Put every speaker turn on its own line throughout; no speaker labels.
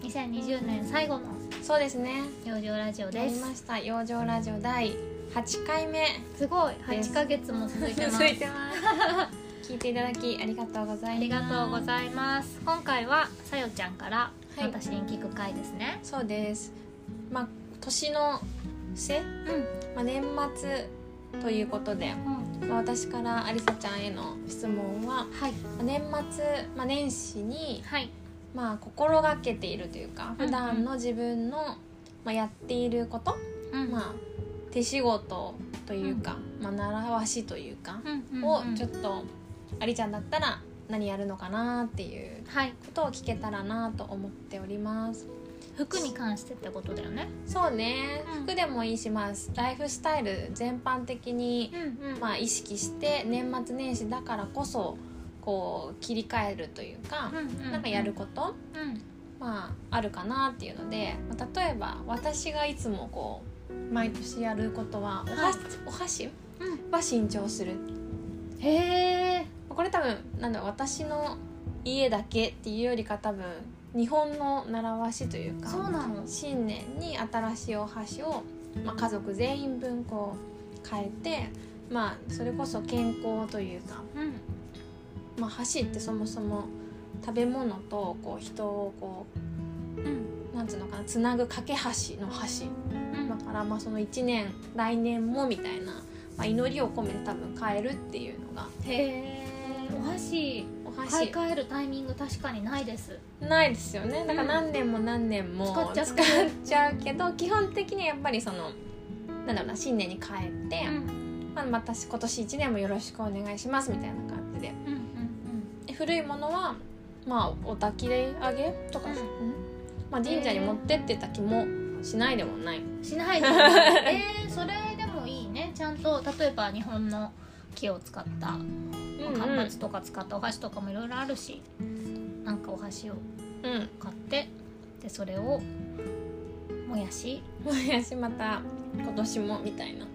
2020年最後の
そうですね
養生ラジオ
や
で
り
す
ました養生ラジオ第8回目
すごい
です
8ヶ月も続いてます
続いてます聞いていただきありがとうございます
ありがとうございます今回はさよちゃんから
はい
私に聞く回ですね、
そうですまあ年の瀬、まあ、年末ということで、
うん、
まあ、私からありさちゃんへの質問は
はい
まあ年末、まあ、年始に
はい
まあ心がけているというか
うん
普段の自分の、まあ、やっていること、
うん
まあ、手仕事というか、まあ、習わしというか、
うんうんうん
をちょっとありちゃんだったら何やるのかなっていう
はい
ことを聞けたらなと思っております。
服に関してってことだよね
そうね、
うん
服でもいいし、まあ、ライフスタイル全般的に
う、んうん
まあ、意識して年末年始だからこそこう切り替えるというか、なんかやること、
うん
まあ、あるかなっていうので、まあ、例えば私がいつもこう毎年やることはおは、
はい
お箸
う
は新調する
んへえ
これ多分なんだろう私の家だけっていうよりか多分日本の習わしというか
そうなの
新年に新しいお箸を、まあ、家族全員分こう変えて、まあ、それこそ健康というか、
うん
まあ、箸ってそもそも食べ物とこう人をこ
うん
うなんつうのかなつなぐ架け橋の箸
うん
だからまあその1年来年もみたいな、まあ、祈りを込めて多分変えるっていうのが
へえお箸
お
買い
箸
替えるタイミング確かにないです
ないですよねだから何年も何年も
使っちゃう
使っちゃうけど基本的にはやっぱりそのなんだろうな新年に変えて、
うん
まあ、また今年1年もよろしくお願いしますみたいな感じで
うん
で古いものはまあお焚き上げとか、
うん
うんまあ、神社に持ってってた気もしないでもない、
うんしないで えー、それでもいいねちゃんと例えば日本の木を使った
うん
間伐とか使ったお箸とかもいろいろあるしなんかお箸を
うん
買ってでそれをもやし
もやしまた今年もみたいな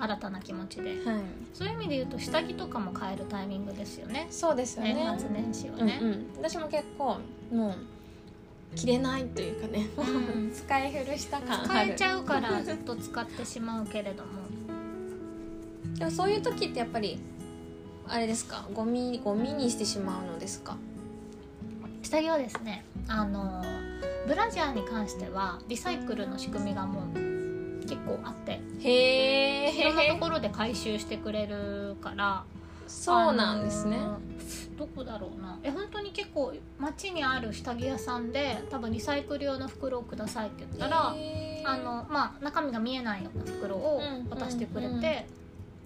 新たな気持ちで
はい
そういう意味で言うと下着とかも変えるタイミングですよね
そうですよね
年末年始はね、
うんうん、私も結構もう着れないというかね、
うん
使い古した感あ
変
る
えちゃうからずっと使ってしまうけれども
でもそういう時ってやっぱりあれですかゴミゴミにしてしまうのですか
下着はですねあのブラジャーに関してはリサイクルの仕組みがもう結構あって
へ
いろんなと
え
ころで回収してくれるから
そうなんですね
あのどこだろうなえ本当に結構街にある下着屋さんで多分リサイクル用の袋をくださいって言ったら、
へー
あのまあ、中身が見えないような袋を
うん
渡してくれて、
うんうん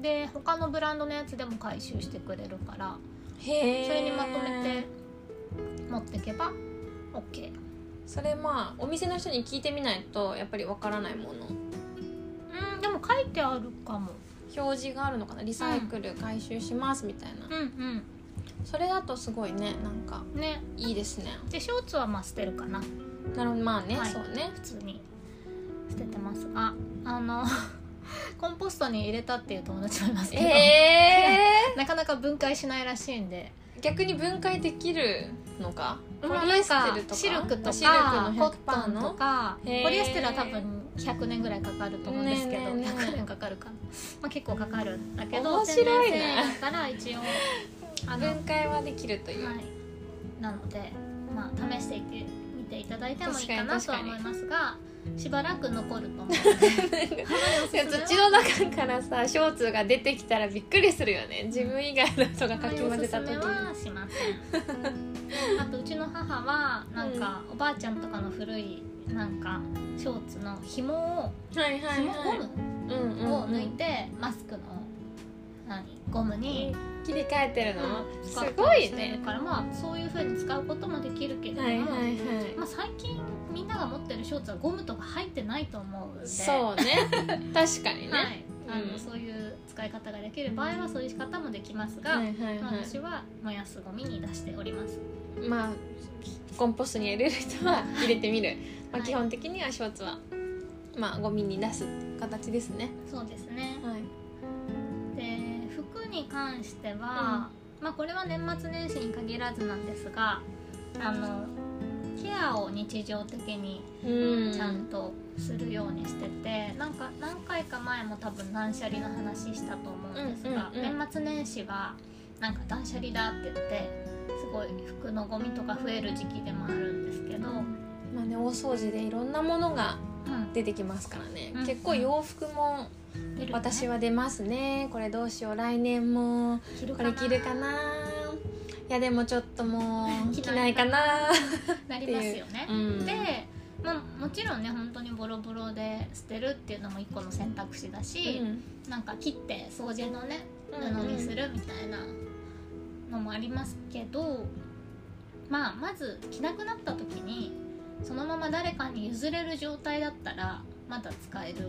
で他のブランドのやつでも回収してくれるから
へー
それにまとめて持ってけば OK
それまあお店の人に聞いてみないとやっぱりわからないもの
うんでも書いてあるかも
表示があるのかなリサイクル回収しますみたいな、
うん
それだとすごいねなんか
うんね
いいですね
でショーツはまあ捨てるかな
なるほどまあね、
はい
そうね
普通に捨ててますがあの コンポストに入れたっていう友達もいますけど、
え
なかなか分解しないらしいんで
ー、逆に分解できるのか
まあ
ポリエステルとか
シルクとか
シルク
コット
の
ン
100%
と
の
かポ
へー
リエステルは多分100年ぐらいかかると思うんですけど、
ねえねえねえ
100年かかるかな、まあ、結構かかるんだけど
面白い
天
ね
然繊維だから一応あの、は
分解はできるという、
い、なので、まあ、試していてみていただいてもいいかな
確
と
か
は
に確か
思
に
いますがしばらく残ると思うので
いや土の中からさショーツが出てきたらびっくりするよね自分以外の人がかき混ぜた時に
おすすめはしません あとうちの母はなんか、おばあちゃんとかの古いなんかショーツの紐を
はいはい
紐
はい
ゴ
うんうん
ムを
う
抜い
ん
て、マスクの何ゴムに、
切り替えてるの、
うん
す
使っ
ご
たり
い
してる
ね
からまあそういう風に使うこともできるけれども、
はいはいはい
まあ、最近みんなが持ってるショーツはゴムとか入ってないと思うんで
そうね確かにね、
はいあの
うん
そういう使い方ができる場合はそういう仕方もできますが、
はいはいは
私は燃やすゴミに出しております
いまあコンポストに入れる人は入れてみる、まあ、
はい
基本的にはショーツはまあゴミに出すっていう形ですね
そうですね
はい
で服に関しては、まあこれは年末年始に限らずなんですがあのケアを日常的に
うん
ちゃんとするようにしてて、なんか何回か前も多分断捨離の話したと思うんですが、
うんうんうん
年末年始がなんか断捨離だって言ってすごい服のゴミとか増える時期でもあるんですけど、うん
まあね大掃除でいろんなものが出てきますからね、
うん
結構洋服も
出るね
私は出ますねこれどうしよう来年も
着る
こ
かな
れ着るかないやでもちょっとも う着ないかな
なりますよね。
うん
で、まあ、もちろんね本当にボロボロで捨てるっていうのも一個の選択肢だし、なんか切って掃除のね布にするみたいなのもありますけど、まあ、まず着なくなった時にそのまま誰かに譲れる状態だったらまだ使える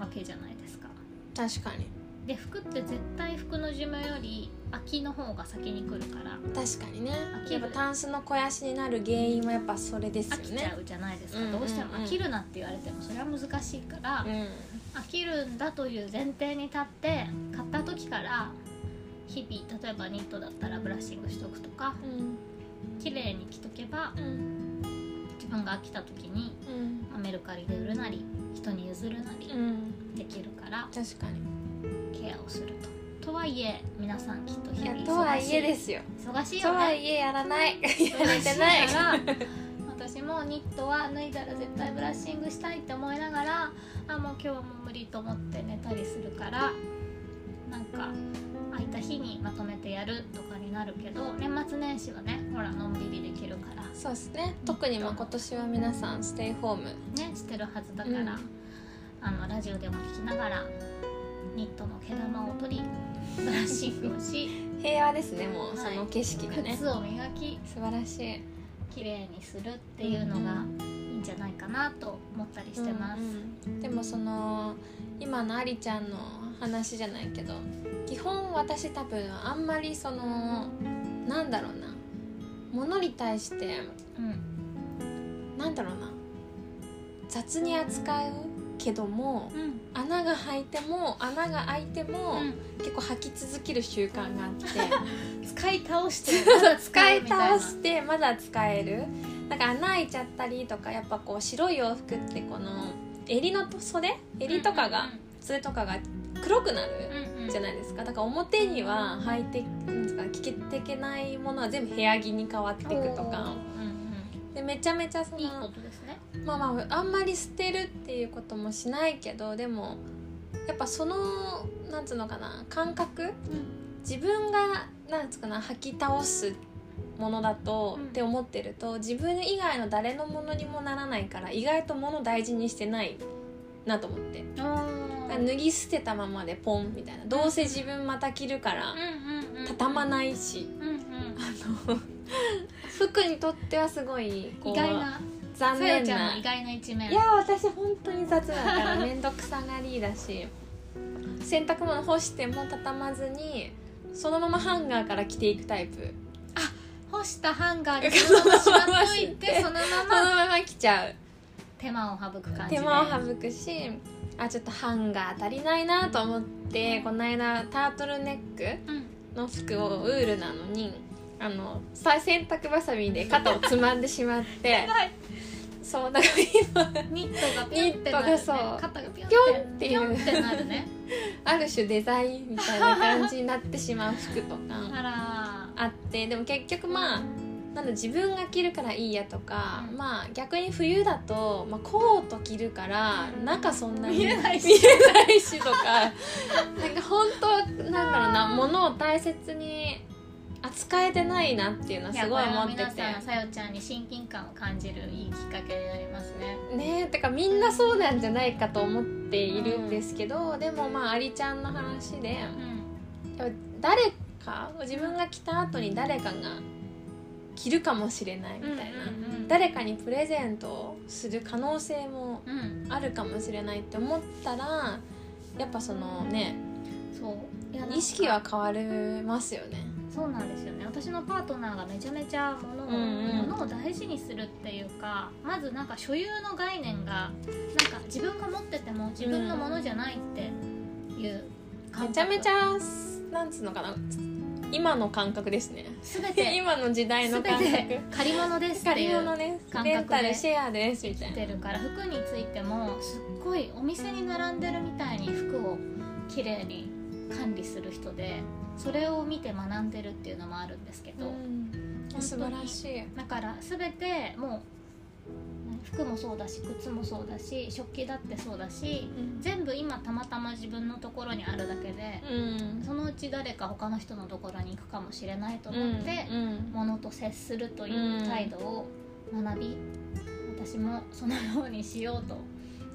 わけじゃないですか。
確かに
で服って絶対服の寿命より秋の方が先に来るから
確かにね
飽き
や
る
っぱタンスの肥やしになる原因はやっぱそれですよ
飽きち
ね
ゃうじゃないですか、
うんうんうん
どうしても飽きるなって言われてもそれは難しいから、
う
飽きるんだという前提に立って買った時から日々例えばニットだったらブラッシングしとくとか
ん
綺麗に着とけば
うん
自分が飽きた時に
うん
まあメルカリで売るなり人に譲るなり
うん
できるから
確かに
ケアをすると。とはいえ皆さんきっと日
いや
々忙しい
とはいえですよ
忙しい
と
よ
は
ね
いえやらないや
忙
れ
してい
ない
から私もニットは脱いだら絶対ブラッシングしたいって思いながらあもう今日はもう無理と思って寝たりするからなんか空いた日にまとめてやるとかになるけど年末年始はねほらのんびりできるから
そうですね特にまあ今年は皆さんステイホーム
ねしてるはずだから、
うん
あのラジオでも聞きながらニットの毛玉を取りブラッシングをし
平和ですねも
は
う
い
その景色が ね
靴を磨き
素晴らしい
綺麗にするっていうのがいいんじゃないかなと思ったりしてます。
うんうんでもその今のありちゃんの話じゃないけど基本私多分あんまりそのなんだろうなものに対して
うん
なんだろうな雑に扱うけども
うん
穴が開いても穴が開いて
う
も、
ん
結構履き続ける習慣があ って
使い倒してまだ使
使
え
い
みたい
倒
な
して まだ使えるなんか穴開いちゃったりとかやっぱこう白い洋服ってこの襟の袖襟とかがそれとかが黒くなるじゃないですかだから表には履いてなんですか着けていけないものは全部部屋着に変わっていくとかでめちゃめちゃそ
いいこ
の
とですね
まあまああんまり捨てるっていうこともしないけどでもやっぱそのなんつうのかな感覚自分がなんつうかな履き倒すものだと、
うん
って思ってると自分以外の誰のものにもならないから意外と物大事にしてないなと思って。
あ
脱ぎ捨てたままでポンみたいなどうせ自分また着るから畳まな いし
うんうん
あの服にとってはすごいこう
意外な
残
さや
念
ちゃん
な
の意外な一面
いや私本当に雑だから面倒くさがりだし洗濯物干しても畳まずにそのままハンガーから着ていくタイプ
干したハンガーに そのまましまっといてそのま
その
ま
まま着ちゃう
手間を省く感じで
手間を省くしあちょっとハンガー足りないなと思ってこの間タートルネック
うん
の服をウールなのにあのさ洗濯ばさみで肩をつまんでしまって そうだから今
ニットがピョンってなるね
ニットがそう
肩がピョンって
ピョンって
ピョン
いう
ってなるね
ある種デザインみたいな感じになってしまう服とか
あら
あってでも結局まあなんだ自分が着るからいいやとか、
うん
まあ逆に冬だと、まあ、コート着るから中そんなに
見えないし
見えない しとかなんか本当なんだろうなものを大切に扱えてないなっていうのはすごい
やこれ
思
は
ってて
皆さんさよちゃんに親近感を感じるいいきっかけになりますね
ねえてかみんなそうなんじゃないかと思っているんですけど、でもまあアリちゃんの話でやっ
うん
ぱ誰か自分が来た後に誰かが着るかもしれないみたい
うんう
な、
んうん
誰かにプレゼントをする可能性も
うん
あるかもしれないって思ったらやっぱそのね
そういやなんか
意識は変わりますよね。
そうなんですよね私のパートナーがめちゃめちゃ物を,、
うんうん
物を大事にするっていうかまずなんか所有の概念がなんか自分が持ってても自分のものじゃないっていう
め
感
ちゃ
覚
めちゃなんつうのかな今の感覚ですね
全て
今の時代
全
の感覚
て借り物ですって
借り
いう
物です
感覚で
レンタルシェアですみた
来
いな
てるから服についてもすっごいお店に並んでるみたいに服をきれいに管理する人でそれを見て学んでるっていうのもあるんですけど、
うん
当に
素晴らしい
だから全てもうね服もそうだし靴もそうだし食器だってそうだし全部今たまたま自分のところにあるだけで
うん
そのうち誰か他の人のところに行くかもしれないと思って、
うんうん
物と接するという態度を学び、私もそのようにしようと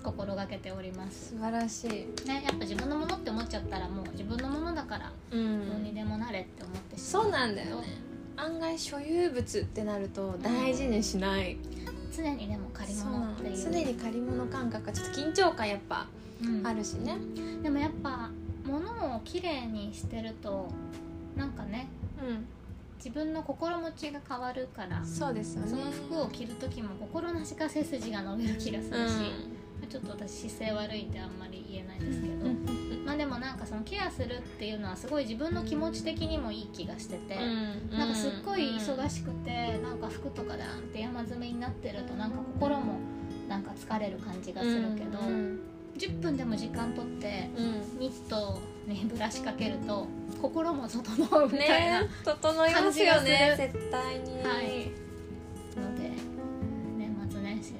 心がけております、
素晴らしい、
ね、やっぱ自分のものって思っちゃったらもう自分のものだからどうにでもなれって思ってしまう
そうなんだよね案外所有物ってなると大事にしない、
常にでも借り
そうな
物って
ん
いう
常に借り物感覚がちょっと緊張感やっぱ
うん
あるしね、
でもやっぱ物をきれいにしてるとなんかね自分の心持ちが変わるから
うん、そうですよね
その服を着る時も心なしか背筋が伸びる気がするし、ちょっと私姿勢悪いんであんまり言えないですけど、まあでもなんかそのケアするっていうのはすごい自分の気持ち的にもいい気がしてて、なんかすっごい忙
し
しくてなんか服とかだーんって山積みになってるとなんか心もなんか疲れる感じがするけど、
うん
10分でも時間とって
うん
ニットにブラシかけると心も整うみたいな
ね
の
整いますよね
感じが
絶対に、
はいで、年末年始に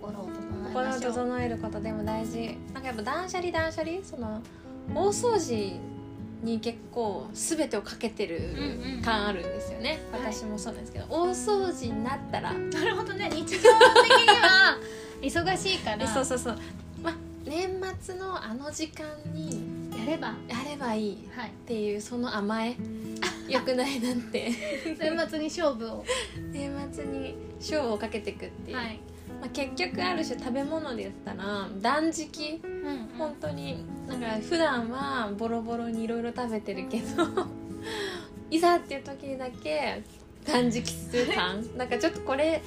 心を整え
心
ま
を
しょう。
整えることでも大事なんかやっぱ断捨離断捨離その大掃除に結構全てをかけてる
うんうん
感あるんですよね、
はい
私もそうなんですけど、大掃除になったら
なるほどね日常的には忙しいから
そうそうそうま年末のあの時間に
やれば
やればいいっ
はい
ていうその甘 えよくないなって
年末に勝負を
年末に勝負をかけていくっていう、
はい、
まあ、結局ある種食べ物で言ったら断食
うん
本当になんか普段はボロボロにいろいろ食べてるけど いざっていう時にだけ断食する感なんかちょっとこれ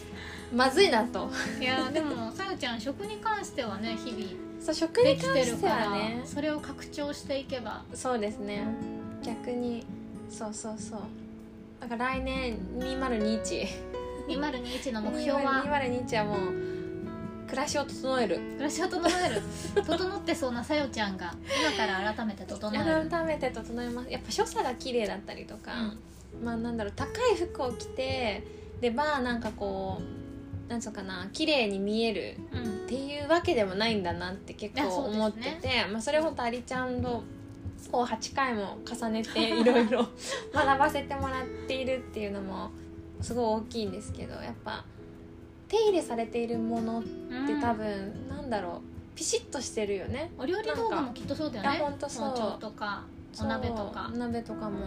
まずいなと
いやーでもさゆちゃん食に関してはね日々
そう食に
でき
関
てる
して
か
は
ら、
ね
それを拡張していけば
そうですね逆にそうそうそうだから来年2021
2021の目標は
2021はもう暮らしを整える
暮らしを整える整ってそうなさよちゃんが今から改めて整える
改めて整えますやっぱ所作が綺麗だったりとか、まあなんだろう高い服を着てでまあなんかこうなんつうのかな綺麗に見える
うん、うん
っていうわけでもないんだなって結
いやそうで
構
すね
思っててまあ、それほんとアリちゃんとこう8回も重 ねていろいろ 学ばせてもらっているっていうのもすごい大きいんですけどやっぱ手入れされているものって
うん
多分、なんだろうピシッとしてるよね
お料理道具もきっとそうだよ
い
ね
やほんとそう
包丁とかお鍋とか
そうお鍋とかも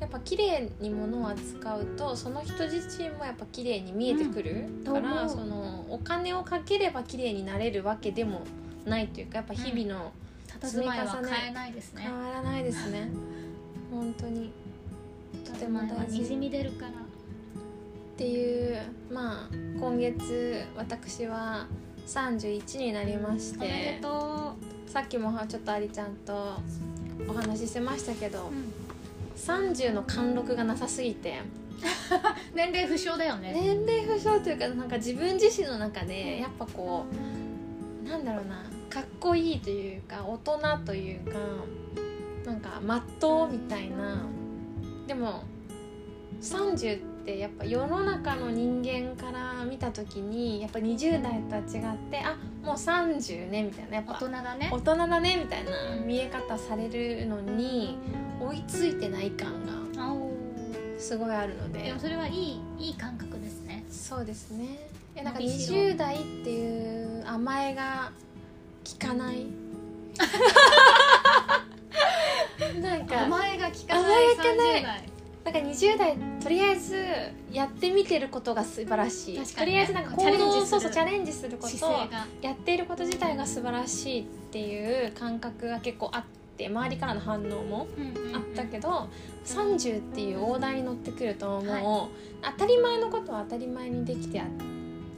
やっぱ綺麗に物を扱うとその人自身もやっぱ綺麗に見えてくる、
ん
か
と思
ら
う
そのお金をかければ綺麗になれるわけでもないというかやっぱ日々の
佇まいは変えないですね
変わらないですね、本当にとて
佇
も
まいは
大
に
事
じみ出るから
っていうまあ今月私は31になりまし
おめで
て
と
さっきもちょっとありちゃんとお話ししてましたけ
う、
ど、
うん
30の貫禄がなさすぎて
年齢不詳だよね
年齢不詳というかなんか自分自身の中でやっぱこうなんだろうなかっこいいというか大人というかなんかまっとうみたいなでも30ってやっぱ世の中の人間から見た時にやっぱ20代とは違ってあもう30ねみたいなやっ
大
ぱ
人だね
大人だねみたいな見え方されるのに追いついてない感が
あお
すごいあるの
で
で
もそれはいいいい感覚ですね。
そうですねえなんか
伸びしろ
20代っていう甘えが効かないなんかなんか
甘えが効か
甘
ない
えが効かない
30代。
20代とりあえずやってみてることが素晴らしい、
確か
と
にね
りあえずなんか行
チャレンジする
動そうそうチャレンジするこ
姿勢
と
が。
やっていること自体が素晴らしいっていう感覚が結構あって周りからの反応もあったけど、30っていう大台に乗ってくるともう、当たり前のことは当たり前にできてや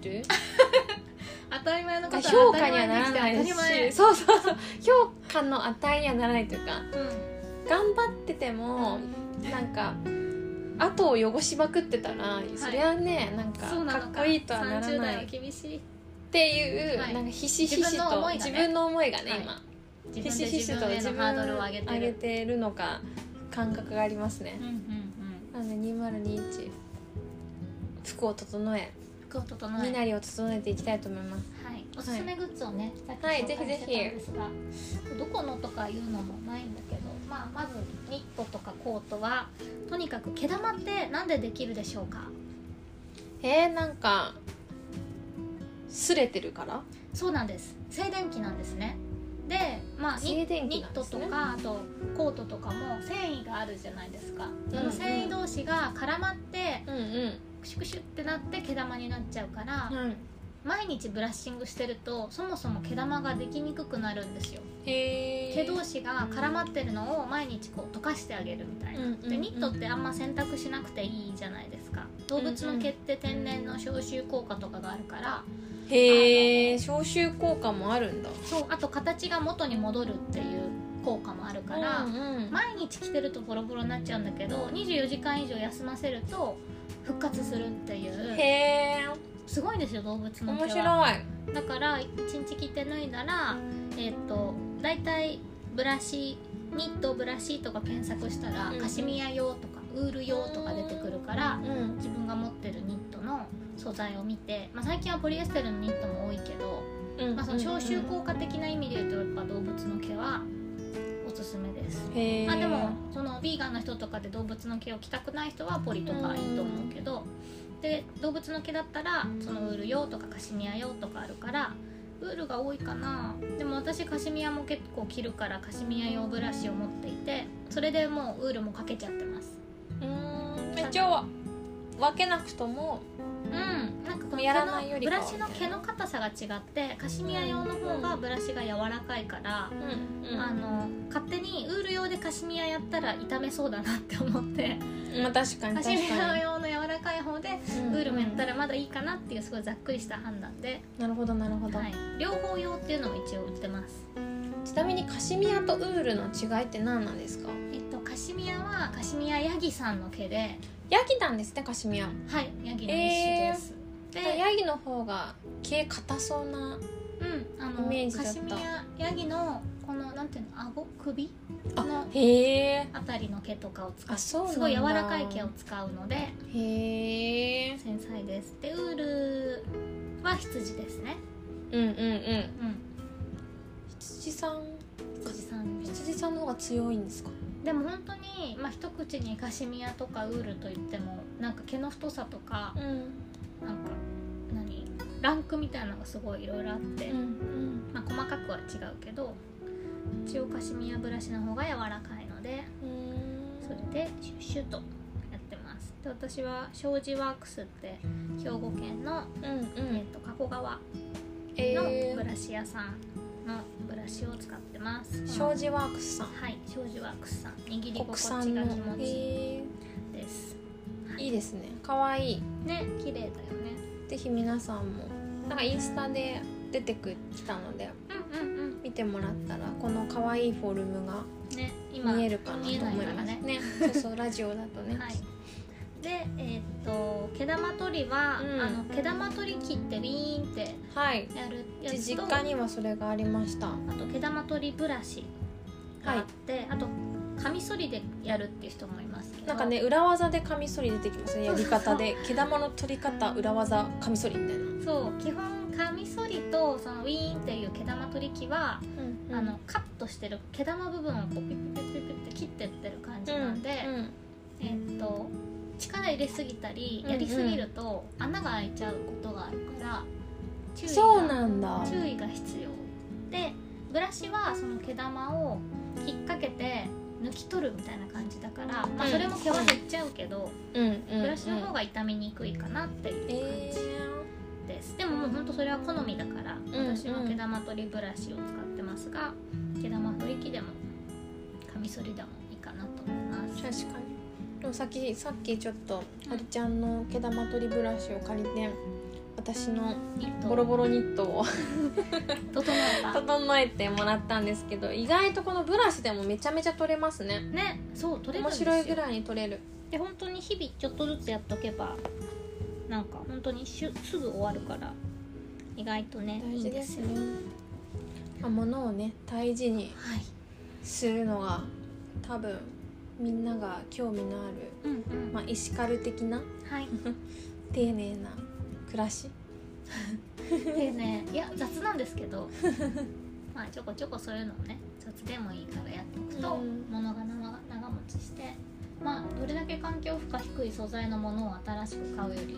る
当たり前の
な
こ
ん
と
か
は
評価にはならない
当たり前
しそうそうそう評価の値にはならないというか
当たり前
頑張っててもなんか後を汚しまくってたら、そりゃねなんか
そうなの
かっこいいとはなら
30
な
代はい
っ
厳しい
ていう、
はい
なんかひしひし
自分の
と
思いがね
自分の思いがね
はい
今
自
ひ
分
し
で
ひし
自
と
分へ
自
の
分
ハードルを上げて
上げ
る
てるのか感覚がありますね
うんうんうん
なので2021服を整え
服を整え
身なりを整えていきたいと思います
はい、おすすめグッズをね、さっき
はい
紹介してたんですが、どこのとかいうのもないんだけど、まあ、まずニットとかコートはとにかく毛玉ってなんでできるでしょうか
えー、なんか擦れてるから
そうなんです静電気なんですねで、まあ、ニ
静電気
ニ
な
ッ
ん
ト
です
と
ね
かあとコートとかも繊維があるじゃないですか、その繊維同士が絡まって
うんうん
クシュクシュってなって毛玉になっちゃうから、
うん
毎日ブラッシングしてるとそもそも毛玉ができにくくなるんですよ
へえ
毛同士が絡まってるのを毎日こう溶かしてあげるみたいな、
うんうんうん
でニットってあんま洗濯しなくていいじゃないですか動物の毛って天然の消臭効果とかがあるから
へえ消臭効果もあるんだ
そうあと形が元に戻るっていう効果もあるから、
うんうん
毎日着てるとボロボロになっちゃうんだけど24時間以上休ませると復活するっていう
へえ
すごいんですよ動物の毛は
面白い
だから1日着て脱いだらえっ、と大体ブラシニットブラシとか検索したら、
うん
カシミヤ用とかウール用とか出てくるから、
うん
自分が持ってるニットの素材を見て、まあ、最近はポリエステルのニットも多いけど、
うん
まあ、その消臭効果的な意味で言うとやっぱ動物の毛はおすすめです。
へえ
まあ、でもそのヴィーガンの人とかで動物の毛を着たくない人はポリとかいいと思うけどで動物の毛だったらそのウール用とかカシミヤ用とかあるからウールが多いかなでも私カシミヤも結構着るからカシミヤ用ブラシを持っていてそれでもうウールもかけちゃってます
うん一応分けなくとも
うんなんかこの
やらないより
ブ
かは
ラシの毛の硬さが違ってカシミヤ用の方がブラシが柔らかいから
う、んうん
あの勝手にウール用でカシミヤやったら痛めそうだなって思って
まあ確かに
カ
確
シ
かに
ミヤ用の柔らかい方でウールもやった
ら
らまだいいかなっていうすごいざっくりした判断で、
なるほどなるほど
はい、両方用っていうのも一応売ってます、
ちなみにカシミヤとウールの違いって何なんですか
えっと、カシミヤはカシミヤヤギさんの毛で
ヤギなんですねカシミヤ
はいヤギの一種です、で、
ヤギの方が毛硬そうな
うん、あ
イメー
の
ジだ
カ
った
シミヤヤギのこのなんていうの顎首の
へえ
あたりの毛とかを使
あそう
う
なんだ
すごい柔らかい毛を使うので
へえ
繊細ですでウールは羊ですね
うんうんうん
うん
羊さん
羊さんです
羊さんの方が強いんですか
でも本当にまあ一口にカシミヤとかウールといってもなんか毛の太さとか
うん
なんか何ランクみたいなのがすごいいろいろあって、
うん
まあ、細かくは違うけど一応カシミヤブラシの方が柔らかいので
うん
それでシュッシュッとやってますで私は障子ワークスって兵庫県の、
うんう
えっ
ん
と加古川の
え
ブ
ー
ラシ屋さんのブラシを使ってます、
障子ワークスさん
はい障子ワークスさん握り
国
心地が
産の
気持ちい
へ
いです
ーいいですね可愛い
ね綺麗だよね
ぜひ皆さんもなんかインスタで出てくきたので
うんうんうん
見てもらったらこの可愛いフォルムが
ね今
見えるかなと
見え
思
ないいか
ま
ら
すね
ね
そうそうラジオだとね、
はい、でえーっと毛玉取りは、
うん
あの毛玉取り機ってウィーンって
はい、
やるや
で
つ
実
と
家にはそれがありました
あと毛玉取りブラシがあって、あとカミソリでやるっていう人もいますけど
なんかね裏技でカミソリ出てきますねやり方で毛玉の取り方裏技カミソリみたいな、
そう基本カミソリとそのウィーンっていう毛玉取り機は、あのカットしてる毛玉部分をこうピピピピピって切ってってる感じなんで、えーっと力入れすぎたりやりすぎると穴が開いちゃうことがあるから注意が
そうなんだ
注意が必要でブラシはその毛玉を引っ掛けて抜き取るみたいな感じだから、まあ、
うん
それも毛は減っちゃうけど、
うんうん
ブラシの方が傷みにくいかなっていう感
え
じです、でももうほんとそれは好みだから、
うん
私は毛玉取りブラシを使ってますが毛玉取り機でもカミソリでもいいかなと思います
ー、確かにでもさっきさっきちょっとありちゃんの毛玉取りブラシを借りて私の
ニット
ボロボロニットを
整えた
整えてもらったんですけど意外とこのブラシでもめちゃめちゃ取れますね
ねそう取れるん
面
ですよ
白いぐらいに取れる
で本当に日々ちょっとずつやっとけばなんか本当にしゅすぐ終わるから意外とね
大
いい
事
んで
ですす
よ
ねまあ物をね大事に
はい
するのが多分みんなが興味のある、
うんうん
まあ、エシカル的な
はい
丁寧な暮らし
でねいや雑なんですけど まあちょこちょこそういうのをね雑でもいいからやっておくと、
うん
物が長長持ちしてまあどれだけ環境負荷低い素材のものを新しく買うより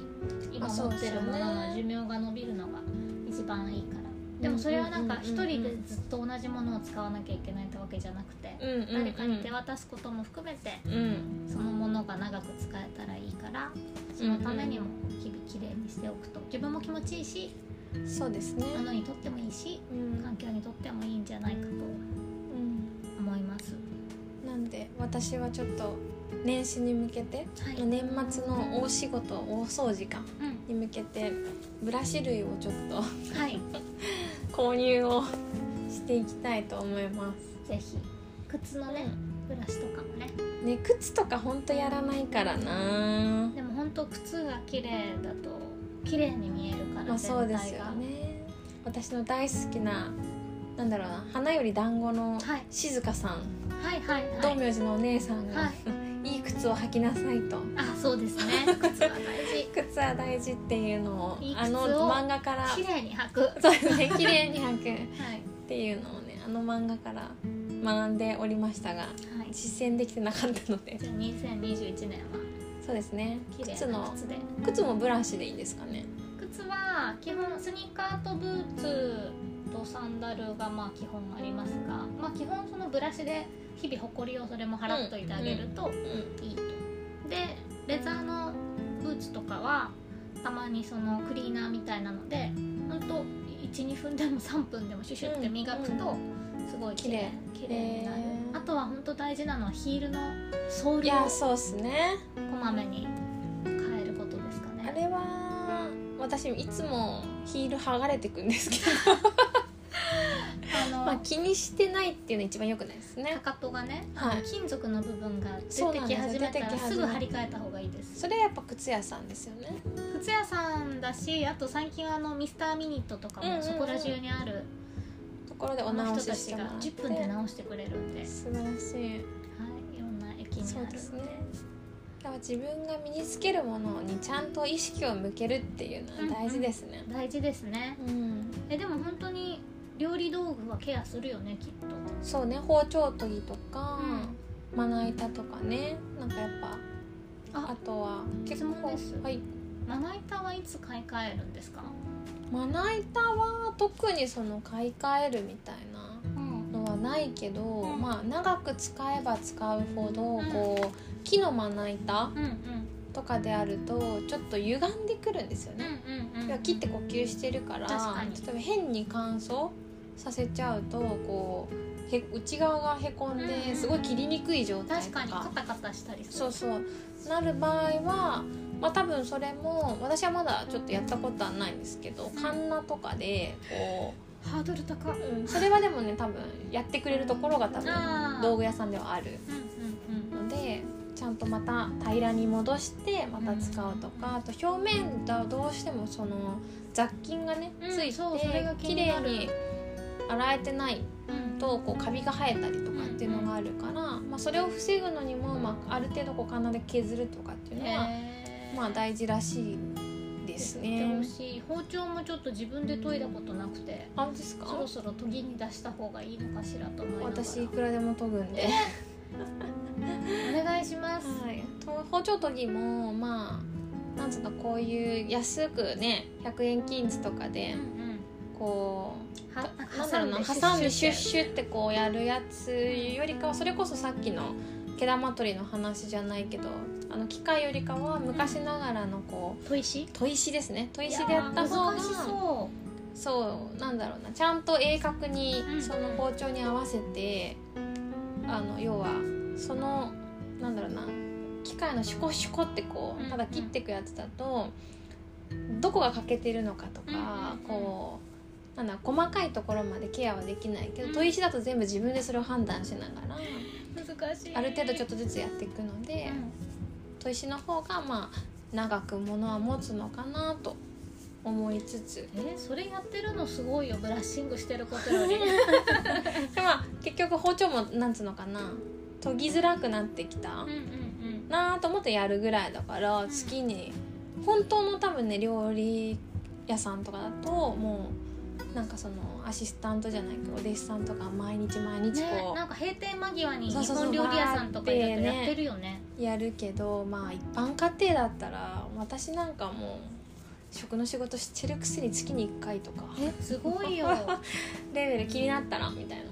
今
あそ
持っ
うです
て
よね
るものの寿命が伸びるのが一番いいからでもそれはなんか一人でずっと同じものを使わなきゃいけないってわけじゃなくて誰
誰
かに手渡すことも含めて
うん
そのものが長く使えたらいいからそのためにも日々きれいにしておくと自分も気持ちいいし
そうですね
物にとってもいいし
うん
環境にとってもいいんじゃないかと
うん
思います。
なんで私はちょっと年始に向けて、
はい
年末の大仕事大掃除か
うん、
に向けてブラシ類をちょっと
はい、
購入をしていきたいと思います
ぜひ靴のねブラシとかもね
ね靴とかほんとやらないからな
でも本当靴が綺麗だと綺麗に見えるから
ま
全
あそう
体が、
ですよね私の大好きななんだろうな花より団子の
はい
静香さん、
はいはいはい
道明寺のお姉さんが、
はい
い、い靴を履きなさいと
あそうです ね靴は大事
靴は大事っていうのを
いい靴を
あの漫画から
綺麗に履くは
そうですね綺麗に履くっ
い
ていうのをねあの漫画から学んでおりましたが
はい
実践できてなかったので
じゃあ2021年は
そうですね
綺麗
靴
な
の
靴で
靴もブラシでいいんですかね
靴は基本スニーカーとブーツとサンダルがまあ基本ありますが、まあ、基本そのブラシで日々ほこりをそれも払っといてあげると
うん
いいと、でレザーのブーツとかはたまにそのクリーナーみたいなのでほんと12分でも3分でもシュシュって磨くとすごい綺麗綺麗になる
へー
あとはほんと大事なのはヒールのソー
い
ルを
やそうっすね
こまめに変えることですか
あ
ね
れは私いつもヒール剥がれてくんですけど、
あの
まあ、気にしてないっていうのが一番良くないですね
かかとがね
はい
金属の部分が
そ
出
う
て
な
き
んです
始
よ
めた
出
ら
てき始め
すぐ張り替えた方がいいです
それはやっぱ靴屋さんですよね
靴屋さんだしあと最近はあのミスターミニットとか
うんうんう
も
ん
そこら中にある
ところで
あ
お
の
直
人
したし
ち
ても
が
らって
10分で直してくれるんで、はい、
素晴らしい
いろんな駅に
そ
あ
う
る
ですねだから自分が身につけるものにちゃんと意識を向けるっていうのは大事ですね
大事ですね
うん、
えでも本当に料理道具はケアするよねきっと、
そうね包丁研ぎとか、
うん
まな板とかねなんかやっぱあ
あ
とは結
質問です
構はい
まな板はいつ買い替えるんですか、
まな板は特にその買い替えるみたいな
うん、
のはないけど、
ん
まあ長く使えば使うほど
ん
こう木のまな板
うんうん
とかであるとちょっと歪んでくるんですよ
うん
ね。
うんうん
要は木って呼吸してるから
確かに
例えば変に乾燥させちゃうとこうへ内側がへこん
うんうんう
で
ん
すごい切りにくい状態
確
と
かにカ
か
タカタしたりする
そうそうなる場合は、まあ、多分それも私はまだちょっとやったことはないんですけどカンナとかでこ
ハードル高
う、それはでもね多分やってくれるところが多分
あー
道具屋さんではある
うんうんうん
のでちゃんとまた平らに戻してまた使うとか、あと表面がどうしてもその雑菌がね、
うん
ついて
そうそれが気
綺
にな
麗
る
に洗えてない
うん
とこうカビが生えたりとかっていうのがあるから、まあ、それを防ぐのにも、まあ、ある程度こうカナで削るとかっていうのは、
へー
まあ、大事らしいです
やって
ね
ほ。しい包丁もちょっと自分で研いだことなくて
あですか
そろそろ研ぎに出した方がいいのかしらと思いながら
私いくらでも研ぐんで、
お願いします、
はい、と包丁研ぎもまあなんつうかこういう安くね100円均一とかで
うんうん
こう
は
なんだろうな挟んでシュッシュってこうやるやつよりかはそれこそさっきの毛玉取りの話じゃないけどあの機械よりかは昔ながらのこう
砥石
砥石ですね砥石でやった方が
いやー難しそ
そうなんだろうなちゃんと鋭角に
うん
その包丁に合わせてあの要はそのなんだろうな機械のシュコシュコってこ
うん
うただ切っていくやつだとどこが欠けてるのかと
うんうんう
か
ん
こうなんだ細かいところまでケアはできないけ
う
ど
ん
砥石だと全部自分でそれを判断しながら
難しい
ある程度ちょっ
と、
とずつやっていくの
う
で
ん
砥石の方がまあ長くものは持つのかなと思いつつ
えーそれやってるのすごいよブラッシングしてることより
でまあ結局包丁もなんつうのかな研ぎづらくなってきた
うんうんうん
なと思ってやるぐらいだから
ん
月に本当の多分ね料理屋さんとかだともうなんかそのアシスタントじゃないけどお弟子さんとか毎日毎日
ね
こ
なんか閉店間際に
そう
日
そうそう
本料理屋さんとかや
わー
っ
ってて
や
ね
ってるよね
うやるけどまあ一般家庭だったら私なんかもう食の仕事してるくせに月に1回とか
えすごいよ
レベル気になったらみ たいな。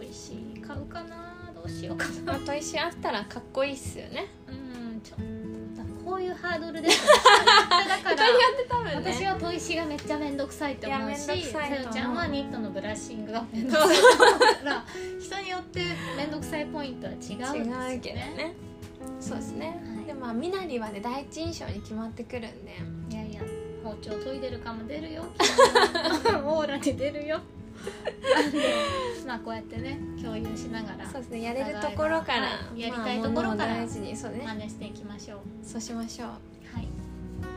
砥石買うかなどうしようかな
まあ、砥石あったらかっこいいっすよね。
うんちょっとこういうハードルですよねだから
多分
私は砥石がめっちゃ面倒くさいって思うし
いや面倒くさいと思う
さよちゃんはニットのブラッシングが面倒くさいと思うから人によって面倒くさいポイントは違うんですよね
違うけどねそうですね、
はい
でまあ身なりはね第一印象に決まってくるんで
いやいや包丁研いでるかも出るよオーラに出るよなんでまあこうやってね共有しながら
そうですねやれるところから、
はいやりたいところから
まあ物を大事にそうね、
真似していきましょう
そうしましょう
はい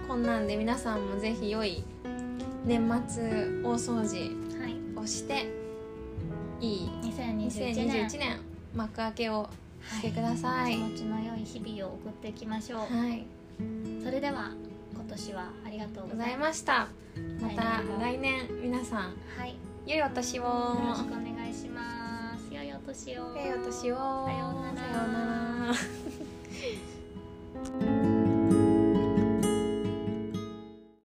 こんなんで皆さんもぜひ良い年末大掃除
はい
をしていい
2021年
2021年幕開けをしてく
は
ださ
い
い
気持ちの良い日々を送っていきましょう、
はい、
それでは今年はありがとうご
ご
ざ
ざ
い
い
ま
ましたまた
来年も
来年皆さん
すはいよ
良いお年を
ろしくお願いします良いお年を
良いお年を
さようなら
さようなら